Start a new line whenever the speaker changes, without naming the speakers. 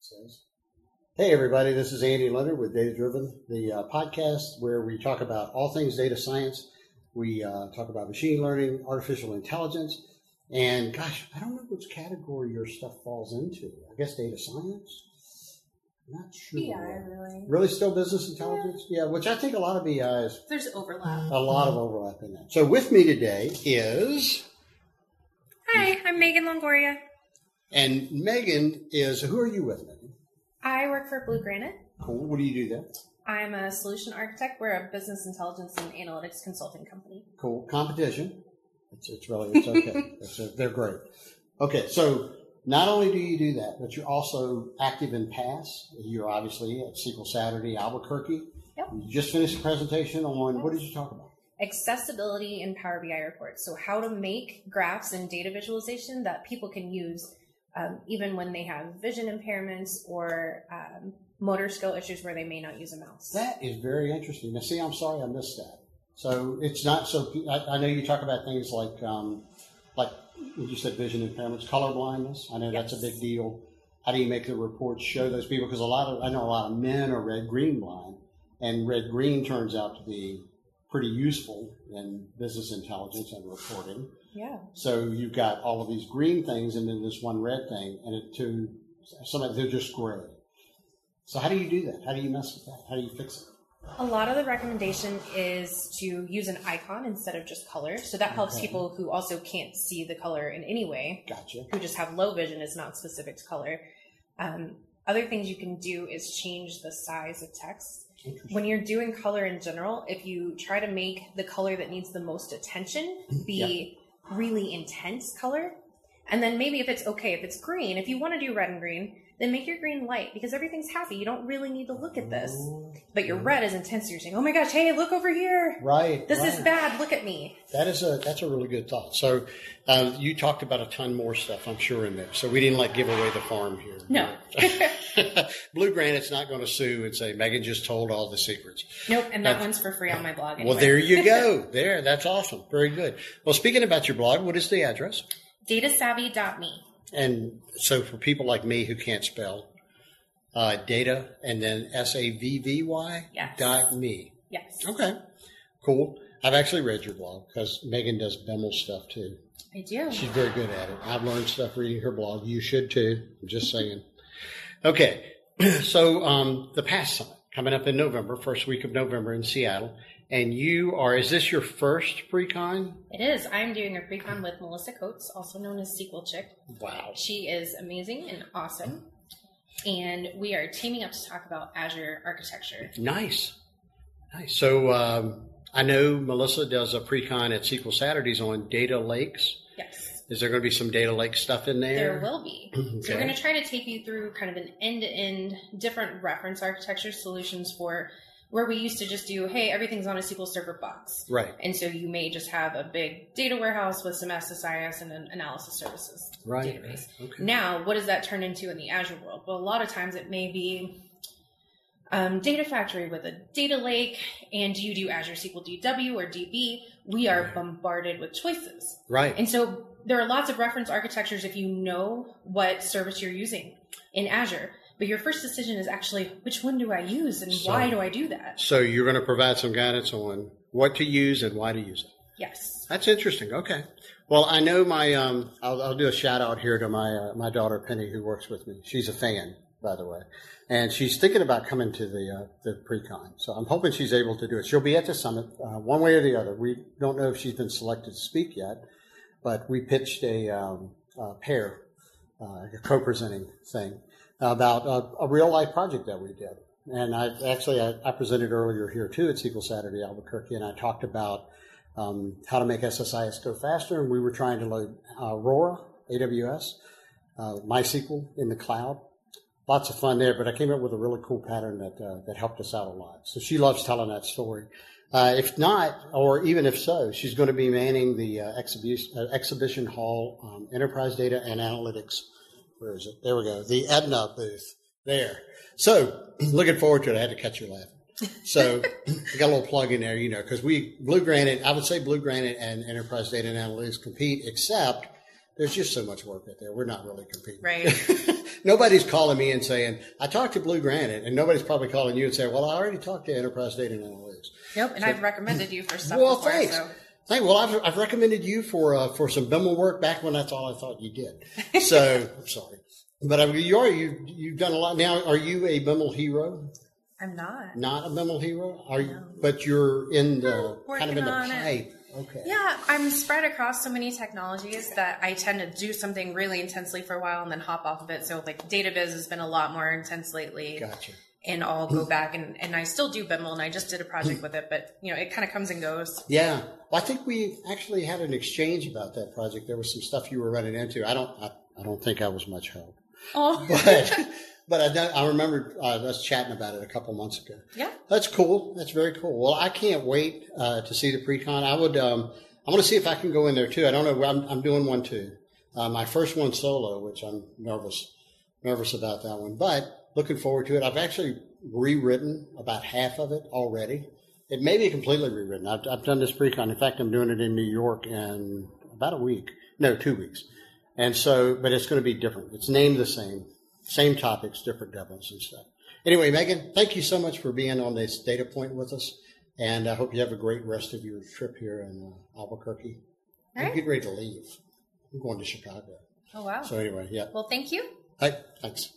says. Hey, everybody, this is Andy Leonard with Data Driven, the uh, podcast where we talk about all things data science. We uh, talk about machine learning, artificial intelligence, and gosh, I don't know which category your stuff falls into. I guess data science? Not sure.
BI, really.
Really, still business intelligence? Yeah, which I think a lot of BI is
There's overlap.
a lot of overlap in that. So, with me today is,
Hi, I'm Megan Longoria.
and Megan is, who are you with, Megan?
I work for Blue Granite.
Cool. What do you do there?
I'm a solution architect. We're a business intelligence and analytics consulting company.
cool competition. It's, it's really it's okay. it's uh they're great. Okay, so not only do you do that, but you're also active in Pass. You're obviously at SQL Saturday Albuquerque.
Yep.
You just finished a presentation on what did you talk about?
Accessibility in Power BI reports. So, how to make graphs and data visualization that people can use um, even when they have vision impairments or um, motor skill issues where they may not use a mouse.
That is very interesting. Now, see, I'm sorry I missed that. So it's not so. I, I know you talk about things like, um, like you said, vision impairments, color blindness. I know that's a
Yes.
big deal. How do you make the reports show those people? Because a lot of I know a lot of men are red green blind, and red green turns out to be pretty useful in business intelligence and reporting.
yeah.
So you've got all of these green things and then this one red thing, and it to some of they're just gray. So how do you do that? How do you mess with that? How do you fix it?
A lot of the recommendation is to use an icon instead of just color. So that helps
Okay.
people who also can't see the color in any way,
Gotcha.
who just have low vision, is not specific to color. Um, other things you can do is change the size of text.
Interesting.
When you're doing color in general, if you try to make the color that needs the most attention be really intense color, and then maybe if it's okay, if it's green, if you want to do red and green, then make your green light because everything's happy. You don't really need to look at this but your red is intense. You're saying, "Oh my gosh, hey, look over here!
Right.
This is
right.
bad. Look at me."
That is a that's a really good thought. So, uh, you talked about a ton more stuff, I'm sure, in there. So we didn't like give away the farm here.
No.
Blue Granite's not going to sue and say Megan just told all the secrets.
Nope. And that one's for free on my blog.
Well, there you go. there, that's awesome. Very good. Well, speaking about your blog, what is the address?
datasavvy.me.
And so, for people like me who can't spell, uh, data and then s a v v y
Yes.
dot me.
Yes,
Okay, cool. I've actually read your blog because Megan does Bemmel stuff too.
I do.
She's very good at it. I've learned stuff reading her blog. You should too. I'm just saying. Okay, so um, the past summit coming up in November, first week of November in Seattle, and you are—is this your first pre-con?
It is. I'm doing a precon with Melissa Coates, also known as Sequel Chick.
Wow.
She is amazing and awesome, and we are teaming up to talk about Azure architecture.
Nice. Nice. So um, I know Melissa does a pre-con at SQL Saturdays on data lakes.
Yes.
Is there going to be some data lake stuff in there?
There will be. So we're
Okay.
going to try to take you through kind of an end-to-end different reference architecture solutions for where we used to just do, hey, everything's on a SQL Server box.
Right,
And so you may just have a big data warehouse with some SSIS and an analysis services
right.
database.
right. Okay.
Now, what does that turn into in the Azure world? Well, a lot of times it may be um, data factory with a data lake, and do you do Azure SQL DW or DB? We are
Right.
bombarded with choices.
Right.
And so there are lots of reference architectures if you know what service you're using in Azure. But your first decision is actually which one do I use and
So-
why do I do that?
So you're going to provide some guidance on what to use and why to use it.
Yes.
That's interesting. Okay. Well, I know my. Um, I'll, I'll do a shout out here to my uh, my daughter Penny, who works with me. She's a fan, by the way, and she's thinking about coming to the uh, the pre-con. So I'm hoping she's able to do it. She'll be at the summit, uh, one way or the other. We don't know if she's been selected to speak yet, but we pitched a, um, a pair, uh, a co-presenting thing about a, a real life project that we did. And I actually I, I presented earlier here too at SQL Saturday Albuquerque, and I talked about um, how to make SSIS go faster, and we were trying to load uh, Aurora, AWS, uh, MySQL in the cloud. Lots of fun there, but I came up with a really cool pattern that uh, that helped us out a lot. So she loves telling that story. Uh, if not, or even if so, she's going to be manning the uh, exhibition uh, exhibition hall, um, enterprise data and analytics. Where is it? There we go. The Edna booth there. So looking forward to it. I had to catch you laughing. So I got a little plug in there, you know, because we Blue Granite, I would say Blue Granite and Enterprise Data and Analytics compete, except there's just so much work out there. We're not really competing.
Right.
nobody's calling me and saying, I talked to Blue Granite, and nobody's probably calling you and saying, Well, I already talked to Enterprise Data and Analytics.
Nope. And I've recommended you for stuff
Well,
before.
thanks.
So
Thank, well, I've, I've recommended you for uh, for some Bimmel work back when that's all I thought you did. So I'm sorry, but I mean, you are you you've done a lot now. Are you a Bimmel hero?
I'm not.
Not a Bimmel hero? Are you? But you're in the
Working
kind of in the
on it.
pipe. Okay.
Yeah, I'm spread across so many technologies that I tend to do something really intensely for a while and then hop off of it. So like database has been a lot more intense lately.
Gotcha.
And I'll go back and, and I still do Bimble and I just did a project with it, but you know, it kinda comes and goes.
Yeah. Well, I think we actually had an exchange about that project. There was some stuff you were running into. I don't. I, I don't think I was much help,
Oh
but but I, don't- I remember uh, us chatting about it a couple months ago.
yeah.
That's cool. That's very cool. Well, I can't wait uh, to see the pre-con. I would. Um, I'm going to see if I can go in there too. I don't know. I'm, I'm doing one too. Uh, my first one solo, which I'm nervous, nervous about that one, but looking forward to it. I've actually rewritten about half of it already. It may be completely rewritten. I've, I've done this pre-con. In fact, I'm doing it in New York in about a week. No, two weeks. And so, but it's going to be different. It's named the same, same topics, different devils and stuff. Anyway, Megan, thank you so much for being on this data point with us. And I hope you have a great rest of your trip here in uh, Albuquerque.
All
I'm
right.
getting ready to leave. I'm going to Chicago.
Oh wow.
So anyway, yeah.
Well thank you.
Hey, thanks.